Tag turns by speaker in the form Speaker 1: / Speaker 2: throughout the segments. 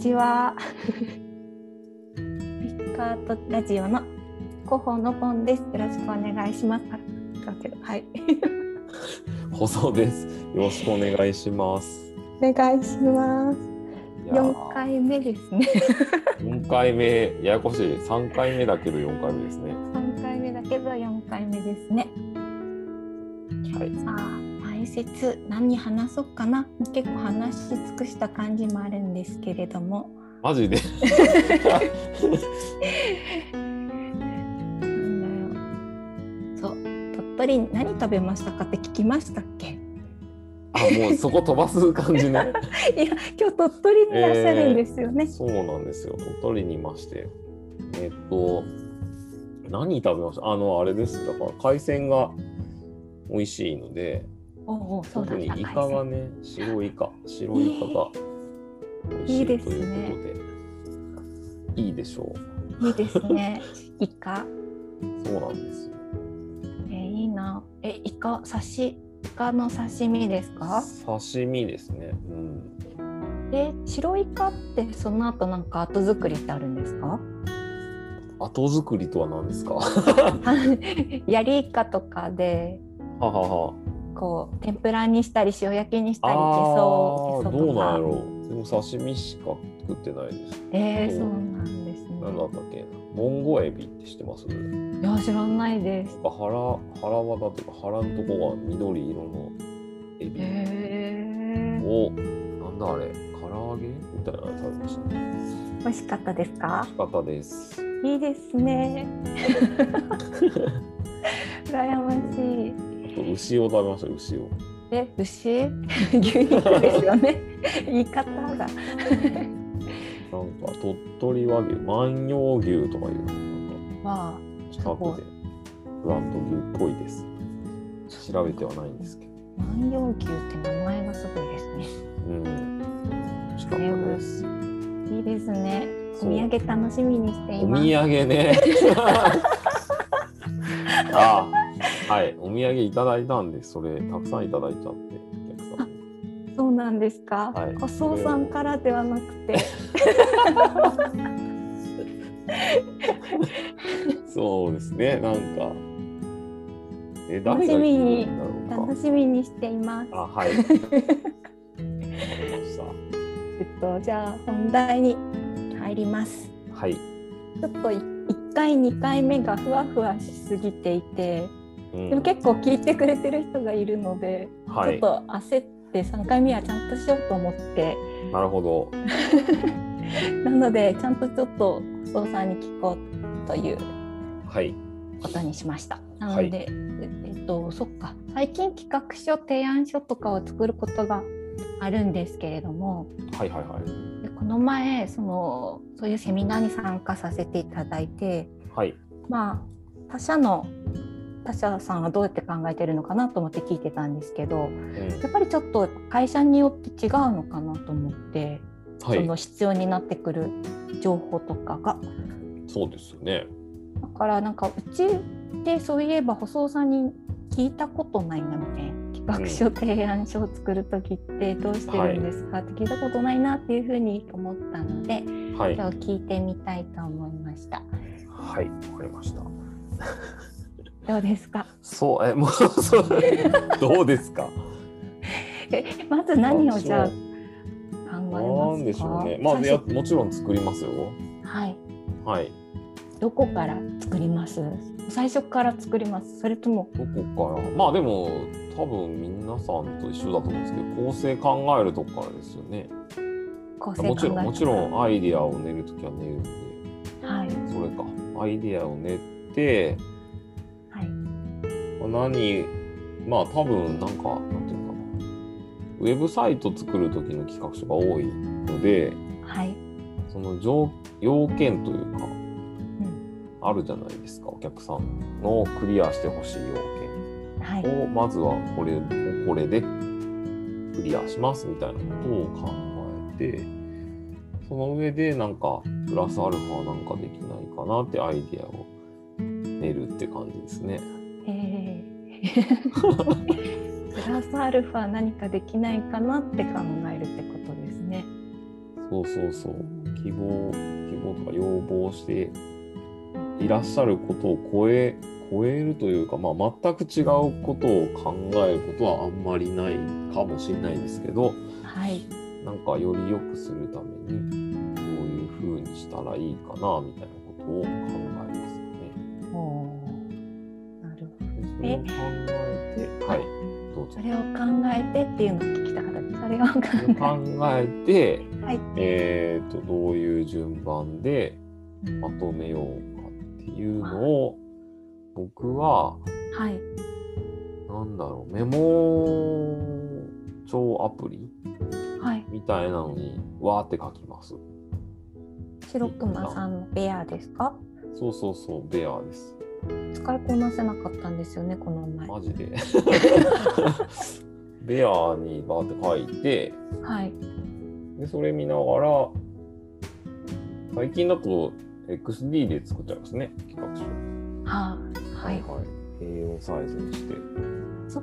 Speaker 1: ちは。
Speaker 2: ピカートラジオの
Speaker 1: 広報のポンです。よろしくお願いします。あ、だけど、はい。
Speaker 3: 細です。よろしくお願いします。
Speaker 1: お願いします。
Speaker 3: いやー
Speaker 1: 四回目ですね。
Speaker 3: 四回目、ややこしい。三回目だけど四回目ですね。
Speaker 1: 三回目だけど、四回目ですね。
Speaker 3: はい。
Speaker 1: さあ、前説、何話そうかな。結構話し尽くした感じもあるんですけれども。
Speaker 3: マジで。
Speaker 1: なんだよ。そう、鳥取何食べましたかって聞きましたっけ。
Speaker 3: あ、もうそこ飛ばす感じね。
Speaker 1: いや、今日鳥取にいらっしゃるんですよね。
Speaker 3: そうなんですよ。鳥取にいまして。えっと。何食べました。あの、あれです。だから海鮮が。美味しいので。
Speaker 1: おうおう、そうだ
Speaker 3: 特
Speaker 1: っ
Speaker 3: に
Speaker 1: た。
Speaker 3: イカがね、白イカ、白イカが美味しいということで、
Speaker 1: いい
Speaker 3: いいでしょう。
Speaker 1: いいですね。イカ、
Speaker 3: そうなんですよ。
Speaker 1: えーいいな。え、イカ、刺し、イカの刺身ですか。
Speaker 3: 刺身ですね。うん。
Speaker 1: え、白イカって、その後なんか後作りってあるんですか。
Speaker 3: 後作りとは何ですか。は
Speaker 1: ヤリイカとかで、
Speaker 3: はは。
Speaker 1: こう天ぷらにしたり、塩焼きにしたり、ゲ
Speaker 3: あ
Speaker 1: ソゲ
Speaker 3: あ、
Speaker 1: ソ
Speaker 3: ど
Speaker 1: と
Speaker 3: うなんや
Speaker 1: か。
Speaker 3: ろう。でも刺身しか作ってないです。
Speaker 1: えー、そうなんですね。
Speaker 3: なんだったっけ。モンゴエビって知ってます。な
Speaker 1: い
Speaker 3: ん
Speaker 1: や、知らないです。
Speaker 3: か腹、腹輪だとか、腹のとこが緑色の。エビ。
Speaker 1: えー、
Speaker 3: を。なんだあれ。唐揚げみたいなの食べました、ね。
Speaker 1: 美味しかったですか。
Speaker 3: 美味しかったです。
Speaker 1: いいです ね。羨ましい。
Speaker 3: 牛を食べました牛を
Speaker 1: え、牛 牛肉ですよね言い方が
Speaker 3: なんか鳥取和牛万葉牛とかいうなん
Speaker 1: まあ
Speaker 3: か近くでブランド牛っぽいです調べてはないんですけど
Speaker 1: 万葉牛って名前がすごいですね
Speaker 3: うん美味しかったです
Speaker 1: いいですねお
Speaker 3: そう
Speaker 1: 土産楽しみにしてい
Speaker 3: お
Speaker 1: ます
Speaker 3: 土産ね あはいお土産いただいたんでそれたくさんいただいちゃってお客さんに
Speaker 1: そうなんですか、
Speaker 3: はい
Speaker 1: おそうさんからではなくて
Speaker 3: そうですねなんかえ
Speaker 1: 楽しみに
Speaker 3: 誰が来るんだろ
Speaker 1: 楽
Speaker 3: う
Speaker 1: しみにしています
Speaker 3: かあはいわかりまし
Speaker 1: えっとじゃあ本題に入ります
Speaker 3: たはい
Speaker 1: ちょっとい1回2回目がふわふわしすぎていて
Speaker 3: うん
Speaker 1: でも結構聞いてくれてる人がいるので
Speaker 3: は
Speaker 1: ちょっ
Speaker 3: い、
Speaker 1: と焦って3回目はちゃんとしようと思って
Speaker 3: なるほど。
Speaker 1: なのでちゃんとちょっと細尾さんに聞こうという
Speaker 3: はい。
Speaker 1: ことにしました。なので、ええっとそっか最近企画書提案書とかを作ることがあるんですけれども
Speaker 3: はいはいはい。
Speaker 1: でこの前そのそういうセミナーに参加させていただいて
Speaker 3: はい。
Speaker 1: まあ他社の他社さんはどうやって考えてるのかなと思って聞いてたんですけど
Speaker 3: うん
Speaker 1: やっぱりちょっと会社によって違うのかなと思って。
Speaker 3: は
Speaker 1: そ
Speaker 3: い
Speaker 1: の。必要になってくる情報とかが
Speaker 3: そうですよね。
Speaker 1: だからなんかうちでそういえば細尾さんに聞いたことないなみたいな企画書提案書を作る時ってどうしてるんですかって聞いたことないなっていうふうに思ったので、
Speaker 3: はい。
Speaker 1: 今
Speaker 3: は
Speaker 1: 日聞いてみたいと思いました
Speaker 3: い。わかりました。
Speaker 1: どうですか
Speaker 3: そう、え、もう、そう、どうですか。
Speaker 1: えまず何をじゃあ考
Speaker 3: な
Speaker 1: え
Speaker 3: ん
Speaker 1: ま
Speaker 3: ですし
Speaker 1: か
Speaker 3: ょうね。まあ、
Speaker 1: 最
Speaker 3: いや、
Speaker 1: 初
Speaker 3: もちろん作りますよ。
Speaker 1: はい
Speaker 3: はい。
Speaker 1: どこから作ります最初から作りますそれとも
Speaker 3: どこから。まあ、でも、多分、皆さんと一緒だと思うんですけど、構成考えるとこからですよね。
Speaker 1: 構成考え
Speaker 3: もちろん、もちろ
Speaker 1: ん
Speaker 3: ん、アイディアを練るときは練るんで。
Speaker 1: はい
Speaker 3: それか。アイディアを練って。
Speaker 1: はい
Speaker 3: 何まあ多分なんかなんていうのかなウェブサイト作る時の企画書が多いので
Speaker 1: はい
Speaker 3: その条要件というか、
Speaker 1: ん
Speaker 3: あるじゃないですかお客さんのクリアしてほしい
Speaker 1: はい
Speaker 3: 要件をまずはこれをこれでクリアしますみたいなことを考えてその上でなんかプラスアルファなんかできないかなってアイディアを練るって感じですね。
Speaker 1: え ープラスアルファ何かできないかなって考えるってことですね。
Speaker 3: そうそうそう希望希望とか要望していらっしゃることを超え超えるというか、まあ、全く違うことを考えることはあんまりないかもしれないですけど
Speaker 1: はい、
Speaker 3: なんかより良くするためにどういう風にしたらいいかなみたいなことを考えますよね。
Speaker 1: おーなるほど。
Speaker 3: でそれを考えて、はい、どうぞ
Speaker 1: そ。れを考えてっていうのを聞きたかったです。それを考
Speaker 3: それを考えて、
Speaker 1: はい
Speaker 3: えーとどういう順番でまとめようかっていうのを僕は
Speaker 1: えはい。
Speaker 3: なんだろうメモ帳アプリ
Speaker 1: はい。
Speaker 3: みたいなのにわーって書きます。
Speaker 1: 白熊さんのベアですか
Speaker 3: そうそうそうベアです。
Speaker 1: 使いこなせなかったんですよね、この前。
Speaker 3: マジで。 ベアにバーって書いて
Speaker 1: はい。
Speaker 3: でそれ見ながら最近だと XD で作っちゃいますね企画書。
Speaker 1: はあ、はい。
Speaker 3: はい。A4 サイズにして。
Speaker 1: そ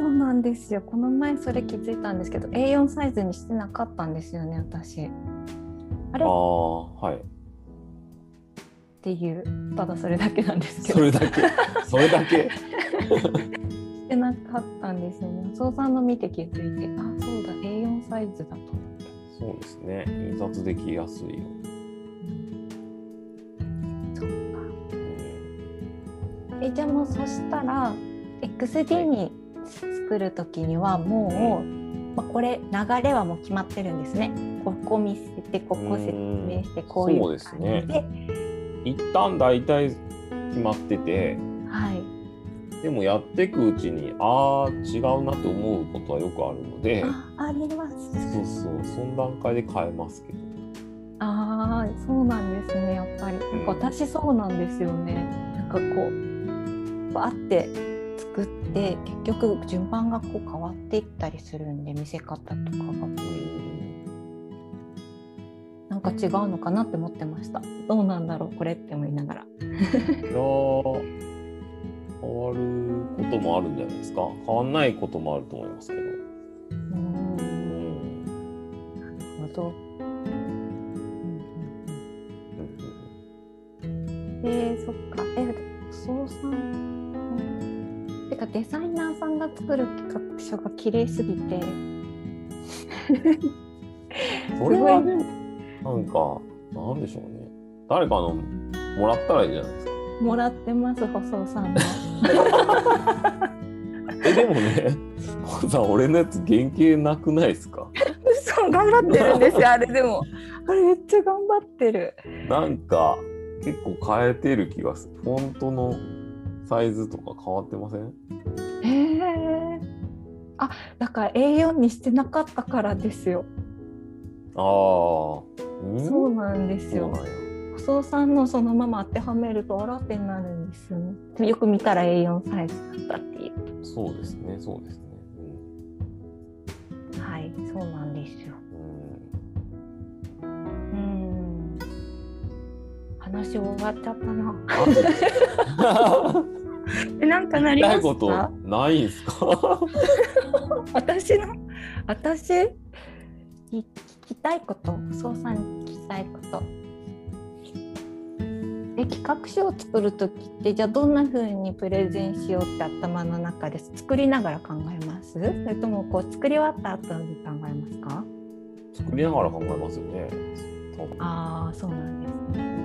Speaker 1: うなんですよ。この前それ気づいたんですけど、A4 サイズにしてなかったんですよね、私。あれ
Speaker 3: あ
Speaker 1: っ
Speaker 3: あ、はい。
Speaker 1: ていう、ただそれだけなんですけ
Speaker 3: そ
Speaker 1: ど、
Speaker 3: れだ け。それだ
Speaker 1: し
Speaker 3: け。
Speaker 1: てなかったんですよね。そうさんの見て気づいて、あ、そうだ、A4 サイズだと。
Speaker 3: そうですね。印刷できやすいよ。
Speaker 1: そっか。
Speaker 3: うん
Speaker 1: えじゃあもうそしたら XD に作る時にはもう、まあ、これ流れはもう決まってるんですね。ここ見せてここ説明してこういう
Speaker 3: そう
Speaker 1: 感
Speaker 3: で
Speaker 1: じで
Speaker 3: すね一旦大体決まってて、
Speaker 1: はい
Speaker 3: でもやっていくうちに、ああ、違うなって思うことはよくあるので、
Speaker 1: ああります。
Speaker 3: そうそう、その段階で変えますけど。
Speaker 1: ああそうなんですねやっぱり。なんか私そうなんですよね。なんかこうバーって作って結局順番がこう変わっていったりするんで見せ方とかが
Speaker 3: うん
Speaker 1: なんか違うのかなって思ってました。どうなんだろうこれって思いながら。
Speaker 3: いやー変わることもあるんじゃないですか。変わんないこともあると思いますけど。
Speaker 1: うん
Speaker 3: うん
Speaker 1: なるほど。えー、そっか。え、そうさん。てかデザイナーさんが作る企画書が綺麗すぎて、
Speaker 3: それはね、なんか、なんでしょうね。誰かのもらったらいいじゃないです か。
Speaker 1: もらってます細尾さんの。
Speaker 3: え、でもね、これさ、俺のやつ原型なくないですか
Speaker 1: そう頑張ってるんですよ。あれでも、あれめっちゃ頑張ってる。
Speaker 3: なんか、結構変えてる気がする。フォントのサイズとか変わってません
Speaker 1: えー。あ、だから A4 にしてなかったからですよ。
Speaker 3: ああ、うん
Speaker 1: そうなんです
Speaker 3: そう
Speaker 1: よ。
Speaker 3: なんや。
Speaker 1: 細尾さんのそのまま当てはめるとあらってなるんですよね。でもよく見たら A4 サイズだったっていう。
Speaker 3: そうですね、そうですね。
Speaker 1: はい、そうなんですよ。
Speaker 3: うん。
Speaker 1: うん。話終わっちゃったな。
Speaker 3: うん、
Speaker 1: え、なんかな
Speaker 3: 聞き
Speaker 1: りま
Speaker 3: たい
Speaker 1: し
Speaker 3: こと
Speaker 1: た。
Speaker 3: ないんすか
Speaker 1: 私の、私。い聞きたいこと、そうさんに聞きたいこと。え、企画書を作る時って、じゃあ、どんな風にプレゼンしようって頭の中で作りながら考えます。それとも、こう作り終わった後に考えますか。
Speaker 3: 作りながら考えますよね。多分
Speaker 1: ああ、そうなんですね。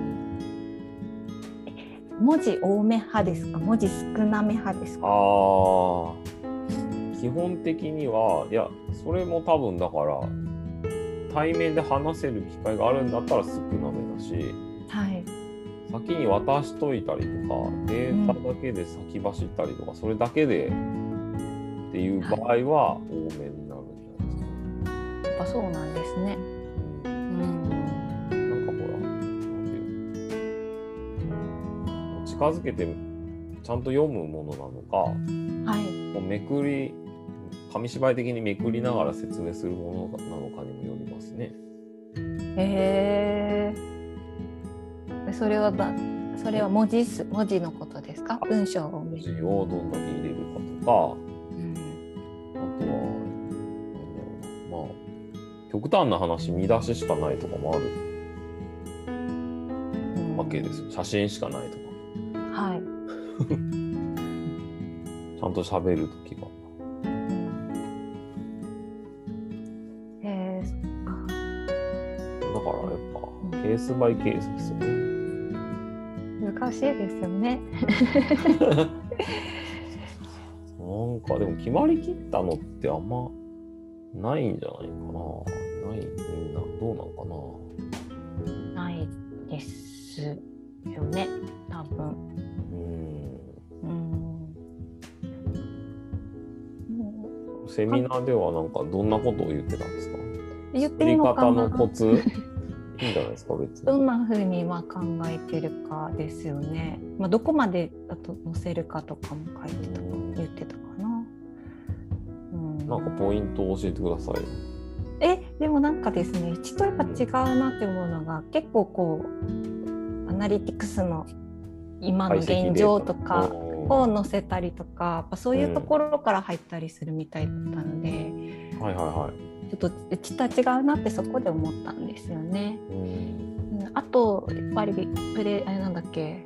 Speaker 1: 文字多め派ですか文字少なめ派ですか
Speaker 3: あー基本的にはいやそれも多分だから対面で話せる機会があるんだったら少なめだし
Speaker 1: はい
Speaker 3: 先に渡しといたりとかデータだけで先走ったりとか、それだけでっていう場合は多めになるんじゃないですかね。
Speaker 1: やっぱそうなんですねうん
Speaker 3: うん、なんかほらなんていうの近づけてちゃんと読むものなのか
Speaker 1: はい
Speaker 3: こうめくり紙芝居的にめくりながら説明するものなのかにもよりますね。
Speaker 1: へえそれはだそれは文字数文字のことですか文章を
Speaker 3: 文
Speaker 1: 見
Speaker 3: 字
Speaker 1: る、
Speaker 3: をどんだけ入れるかとか
Speaker 1: うん
Speaker 3: あとはなんだろうなまあ極端な話見出ししかないとかもある
Speaker 1: うん
Speaker 3: わけですよ写真しかないとか
Speaker 1: はい、
Speaker 3: ちゃんと喋る時が
Speaker 1: えーそっか
Speaker 3: だからやっぱケースバイケースですよね
Speaker 1: 難しいですよね。
Speaker 3: なんかでも決まりきったのってあんまないんじゃないかなないみんなどうなんかな
Speaker 1: ないですよね多分。
Speaker 3: うん
Speaker 1: うんも
Speaker 3: セミナーではなんかどんなことを言ってたんですか
Speaker 1: う言って
Speaker 3: 作
Speaker 1: いい
Speaker 3: り
Speaker 1: のか
Speaker 3: 方
Speaker 1: な
Speaker 3: のコツいいんじゃないですか別
Speaker 1: ど
Speaker 3: に
Speaker 1: んな風にまあ考えてるかですよね。まあ、どこまであと載せるかとかも書いてた
Speaker 3: うん
Speaker 1: 言ってたかな。うん、
Speaker 3: なんかポイントを教えてくださいよ
Speaker 1: えでもなんかですねうちとやっぱ違うなって思うのが結構こうアナリティクスの今の現状とかを載せたりとかやっぱそういうところから入ったりするみたいだったので、
Speaker 3: はいはいは
Speaker 1: ちょっとうちとは違うなってそこで思ったんですよね。
Speaker 3: い。うん
Speaker 1: うんあとやっぱりプレあれなんだっけ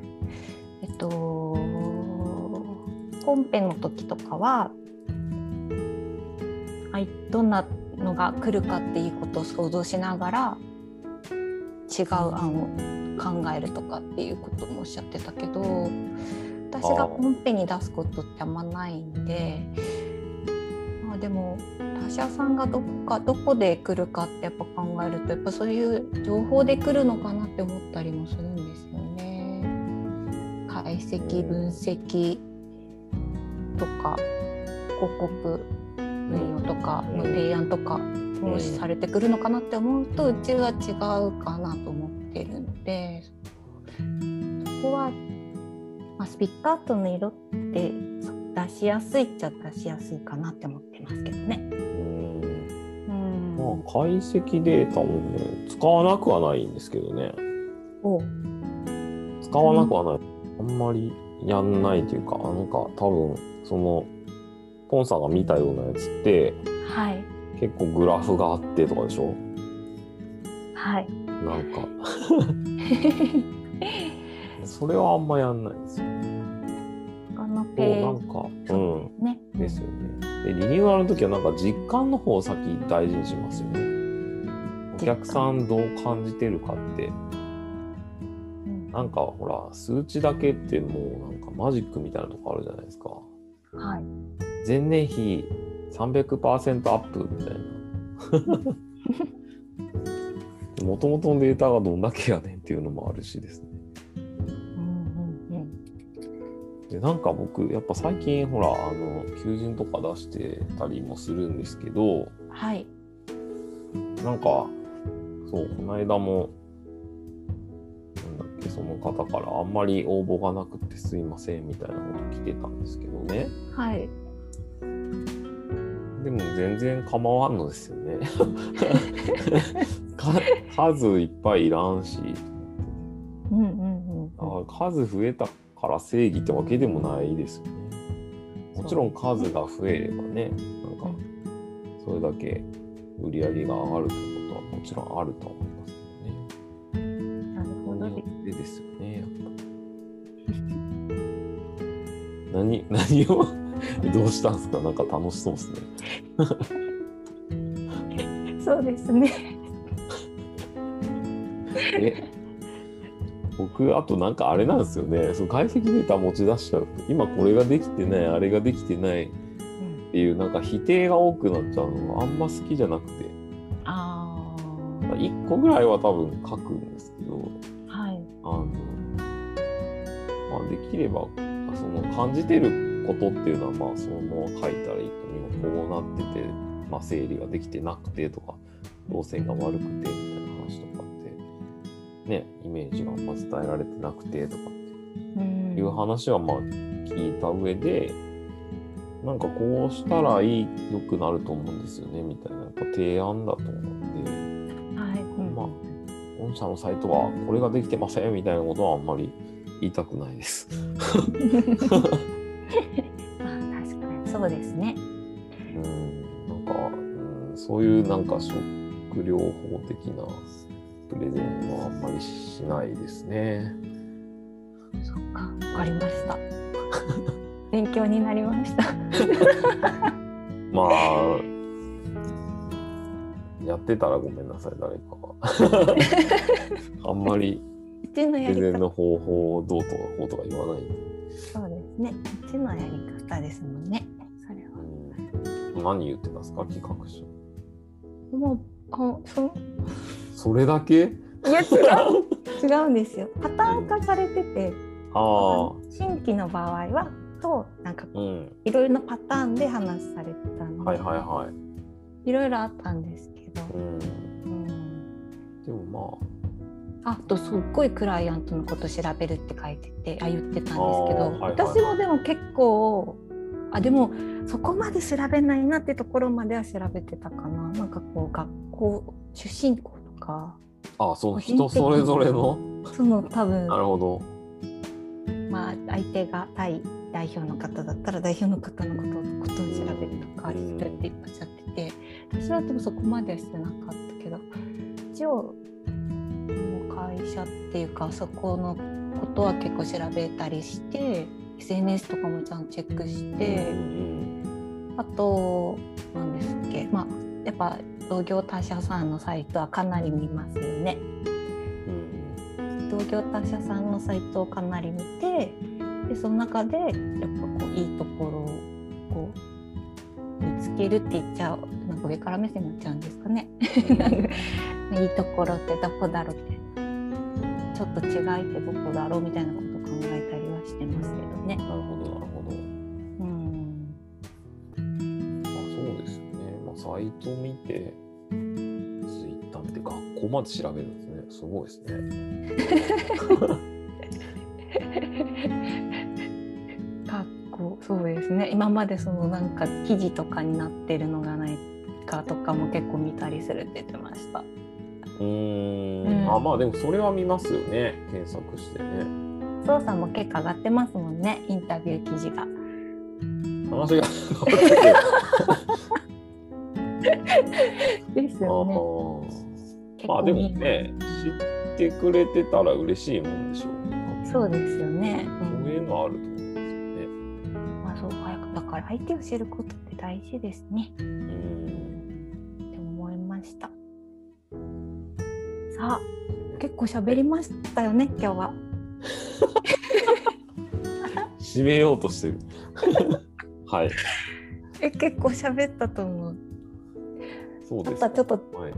Speaker 1: えっとコンペの時とかははいどんなのが来るかっていうことを想像しながら違う案を考えるとかっていうこともおっしゃってたけど私がコンペに出すことってあんまないんで。まあ、でも他社さんがどこかどこで来るかってやっぱ考えるとやっぱそういう情報で来るのかなって思ったりもするんですよね。解析分析とか広告運用とかの提案とかもしされてくるのかなって思うとうちは違うかなと思ってるのでそこは、まあ、スピッカートの色って出しやすいっちゃ出しやすいかなって思ってますけどね。
Speaker 3: うん
Speaker 1: うん
Speaker 3: まあ解析データもね使わなくはないんですけどね
Speaker 1: お
Speaker 3: 使わなくはない、あんまりやんないというかなんか多分そのポンさんが見たようなやつって
Speaker 1: はい
Speaker 3: 結構グラフがあってとかでしょ
Speaker 1: はい。
Speaker 3: なんかそれはあんまやんないですよ
Speaker 1: このペ
Speaker 3: ね。な
Speaker 1: ージ
Speaker 3: んかうん
Speaker 1: ね。
Speaker 3: ですよね。でリニューアルの時はなんか実感の方を先大事にしますよね。お客さんどう感じてるかって
Speaker 1: うん
Speaker 3: なんかほら数値だけってもうなんかマジックみたいなとこあるじゃないですか。
Speaker 1: はい。
Speaker 3: 前年比300%アップみたいな。もともとのデータがどんだけやねんっていうのもあるしですね。
Speaker 1: うんうんうん。
Speaker 3: でなんか僕やっぱ最近ほらあの求人とか出してたりもするんですけど
Speaker 1: はい。
Speaker 3: なんか、そう、この間も、なんだっけ、その方からあんまり応募がなくてすいませんみたいなこと来てたんですけどね。
Speaker 1: はい。
Speaker 3: でも全然構わんのですよね。か数いっぱいいらんし、
Speaker 1: うんうんうん。
Speaker 3: あ数増えたから正義ってわけでもないですよね。もちろん数が増えればね、なんか、それだけ売り上げが上がるということはもちろんあるとは思いますけどね。
Speaker 1: なるほどです。
Speaker 3: でですよね、やっぱ。何、何をどうしたんですかなんか楽しそうですね。
Speaker 1: そうですね。
Speaker 3: え僕、あとなんかあれなんですよね。その解析データ持ち出しちゃうと、今これができてない、あれができてないっていう、なんか否定が多くなっちゃうのがあんま好きじゃなくて、
Speaker 1: あ
Speaker 3: まあ1個ぐらいは多分書くんですけど、
Speaker 1: あ。はい。
Speaker 3: あの、まあ、できれば、あその感じてることっていうのは、まあ、そのまま書いたらいいと、今こうなってて、まあ、整理ができてなくてとか、動線が悪くてみたいな話とかって、ね、イメージがあんま伝えられてなくてとかっ
Speaker 1: うん
Speaker 3: ていう話は、まあ、聞いた上で、なんかこうしたらいい、良くなると思うんですよね、みたいな、やっぱ提案だと思うんで、
Speaker 1: はい。うん
Speaker 3: まあ、御社のサイトはこれができてませんみたいなことはあんまり言いたくないです。
Speaker 1: まあ確かにそうですね。
Speaker 3: うん、なんか、うん、そういうなんかしょ学療法的なプレゼンはあんまりしないですね。
Speaker 1: そっか、わかりま した。勉強になりました。
Speaker 3: まあ、やってたらごめんなさい、誰か が。あんまり
Speaker 1: うちの
Speaker 3: プ
Speaker 1: や
Speaker 3: レ
Speaker 1: り
Speaker 3: ゼン
Speaker 1: 方。
Speaker 3: の方法をどうとかこうとか言わないんで。
Speaker 1: そうですね。うちのやり方ですもんね。それは。
Speaker 3: うん、何言ってたんですか、企画書。
Speaker 1: もう、あ、そう。
Speaker 3: それだけ
Speaker 1: いや、違う。 違うんですよ。パターン化されてて。
Speaker 3: ああ、
Speaker 1: 新規の場合は。と、なんか、
Speaker 3: うん。
Speaker 1: いろいろなパターンで話されてたので。
Speaker 3: はいはいはい
Speaker 1: ろいろあったんですけど
Speaker 3: い。。うん、
Speaker 1: うん。
Speaker 3: でも
Speaker 1: あとすっごいクライアントのこと調べるって書いててあ言ってたんですけど、
Speaker 3: あーはいはい
Speaker 1: 私もでも結構あでもそこまで調べないなってところまでは調べてたかななんかこう学校出身校とか
Speaker 3: まあ、あその
Speaker 1: 個人的
Speaker 3: 人
Speaker 1: に
Speaker 3: それぞれの。
Speaker 1: その多分
Speaker 3: なるほど。
Speaker 1: まあ相手がタイ代表の方だったら代表の方のことことを調べるとか
Speaker 3: う
Speaker 1: そうんやっていっぱいしちゃってて私はでもそこまではしてなかったけど一応もう会社っていうかそこのことは結構調べたりして SNS とかもちゃんとチェックし
Speaker 3: う
Speaker 1: て
Speaker 3: ん
Speaker 1: あと何ですっけまあやっぱ同業他社さんのサイトはかなり見ますよね。
Speaker 3: うんうん
Speaker 1: 同業他社さんのサイトをかなり見てでその中でやっぱこういいところをこう見つけるって言っちゃうなんか上から目線になっちゃうんですか ねいいところってどこだろうってちょっと違いってどこだろうみたいなことを考えたりはしてますけどね。
Speaker 3: なるほど、なるほど。
Speaker 1: うん
Speaker 3: まあ、そうですよね。まあ、サイト見て、ツイッター見て、学校まで調べるんですね。すごいですね。
Speaker 1: かっこそうですね今までそのなんか記事とかになってるのがないかとかも結構見たりするって言ってました。
Speaker 3: うーん,、
Speaker 1: うん
Speaker 3: あ、まあでもそれは見ますよね。検索してね。
Speaker 1: そうさんも結構上がってますもんねインタビュー記事が。
Speaker 3: 話があ
Speaker 1: ですよ
Speaker 3: ー
Speaker 1: ね。結
Speaker 3: まあ
Speaker 1: 構
Speaker 3: で
Speaker 1: み
Speaker 3: も
Speaker 1: んな
Speaker 3: ね、知ってくれてたら嬉しいもんでしょう。
Speaker 1: そうですよね。う
Speaker 3: そういうんのあると思うんですよね。
Speaker 1: まあそう早くだから相手を知ることって大事ですね。っ
Speaker 3: うーん。
Speaker 1: て思いました。さあ結構喋りましたよね今日は。
Speaker 3: 締めようとして る。はい。
Speaker 1: え結構喋ったと思う。
Speaker 3: そう
Speaker 1: あ
Speaker 3: です。
Speaker 1: とはちょっと
Speaker 3: はい。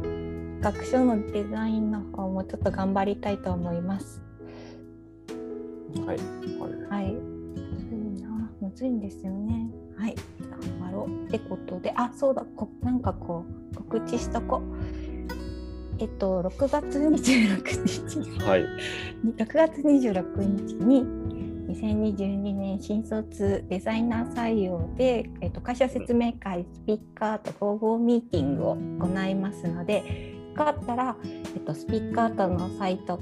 Speaker 1: 学習のデザインの方もちょっと頑張りたいと思います。
Speaker 3: はい。はい
Speaker 1: はい。むずいな。むずいんですよね。はい。頑張ろう。ってことで、あ、そうだ。こなんかこう、告知しとこ。えっと、6月26日に、
Speaker 3: はい。
Speaker 1: 6月26日に、2022年新卒デザイナー採用で、えっと、会社説明会、スピーカーと統合ミーティングを行いますので、よかったら、えっと、スピーカーとのサイト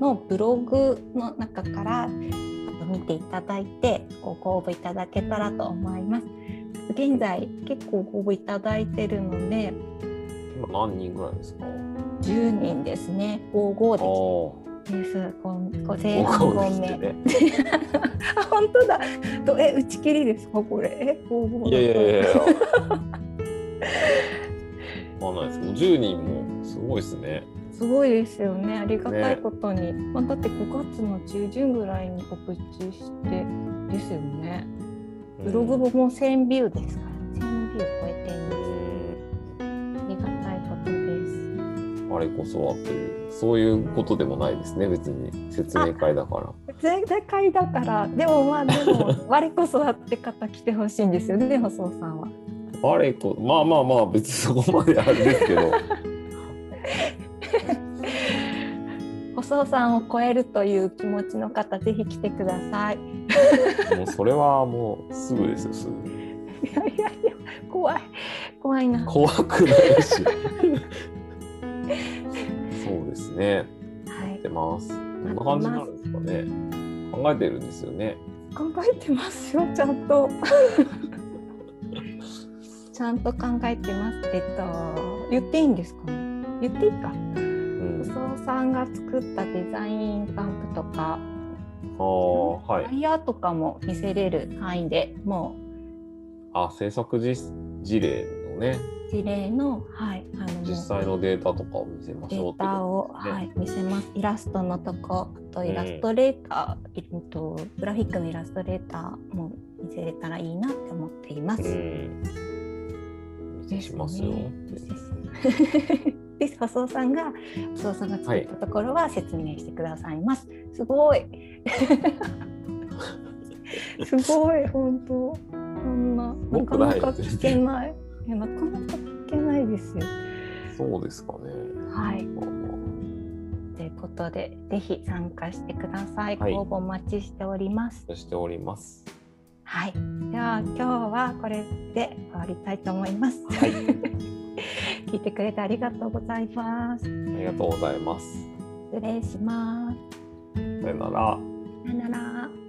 Speaker 1: のブログの中から見ていただいてご応募いただけたらと思います。現在結構ご応募いただいてるので
Speaker 3: 今何人ぐらいですか。
Speaker 1: 10人ですね。55
Speaker 3: あ
Speaker 1: です。こんこ前
Speaker 3: あ。
Speaker 1: 半
Speaker 3: で
Speaker 1: 5
Speaker 3: きて
Speaker 1: 名。
Speaker 3: ね。
Speaker 1: あ 本当だ。とえ打ち切りですかこれ。え55
Speaker 3: いやいやいやいや。 わかんないです。もう十人もすごいですね。
Speaker 1: すごいですよね。ありがたいことに。まあだって5月の中旬ぐらいに告知してですよね。ブログももう1000ビューですから、1000ビュー超えています。
Speaker 3: う
Speaker 1: ありがたいことです。
Speaker 3: ん。あれこそはというそういうことでもないですね。別に説明会だから。
Speaker 1: 全然会だから、でもまあで も我こそはって方来てほしいんですよね、細尾さんは。
Speaker 3: あれこまあまあまあ別にそこまであれですけど。
Speaker 1: 細尾さんを超えるという気持ちの方、ぜひ来てください。
Speaker 3: もうそれはもうすぐですよ。すぐ。
Speaker 1: いやいやいや、怖い、怖いな。は
Speaker 3: 怖くないし。 そうですね。やっ
Speaker 1: い、
Speaker 3: てます。どんな感じになるんですかね。考えてるんですよね。
Speaker 1: 考えてますよ、ちゃん と。ちゃんと考えてます。えっと、言っていいんですかね。言っていいか
Speaker 3: うん、あ
Speaker 1: 細尾さんが作ったデザインタンプとか
Speaker 3: あは
Speaker 1: ワ
Speaker 3: い
Speaker 1: イヤーとかも見せれる範囲でも
Speaker 3: あ制作実事例のね
Speaker 1: う事例の,、はい、あのもう
Speaker 3: 実際のデータとかを見せま
Speaker 1: デ
Speaker 3: しょう
Speaker 1: ー
Speaker 3: ってこと
Speaker 1: タを、
Speaker 3: ね
Speaker 1: はい、見せますイラストのとこあとイラストレーター、えっと、グラフィックのイラストレーターも見せれたらいいなって思っています。
Speaker 3: うん。見せしますよ。
Speaker 1: ですねで細尾さんが細尾さんが作ったところは説明してくださいます。すご い。すごい本当。こんななか
Speaker 3: 僕
Speaker 1: な
Speaker 3: ら
Speaker 1: か
Speaker 3: やってる
Speaker 1: 聞けない。いやなかなか聞けないですよ。
Speaker 3: そうですかね。
Speaker 1: はい。
Speaker 3: まあま
Speaker 1: ということでぜひ参加してください。
Speaker 3: はい
Speaker 1: 応募お待ちしております。
Speaker 3: あしております。
Speaker 1: はい。では今日はこれで終わりたいと思います。
Speaker 3: はい。
Speaker 1: 聞いてくれてありがとうございます。
Speaker 3: ありがとうございます。
Speaker 1: 失礼します。
Speaker 3: さよなら。
Speaker 1: さよなら。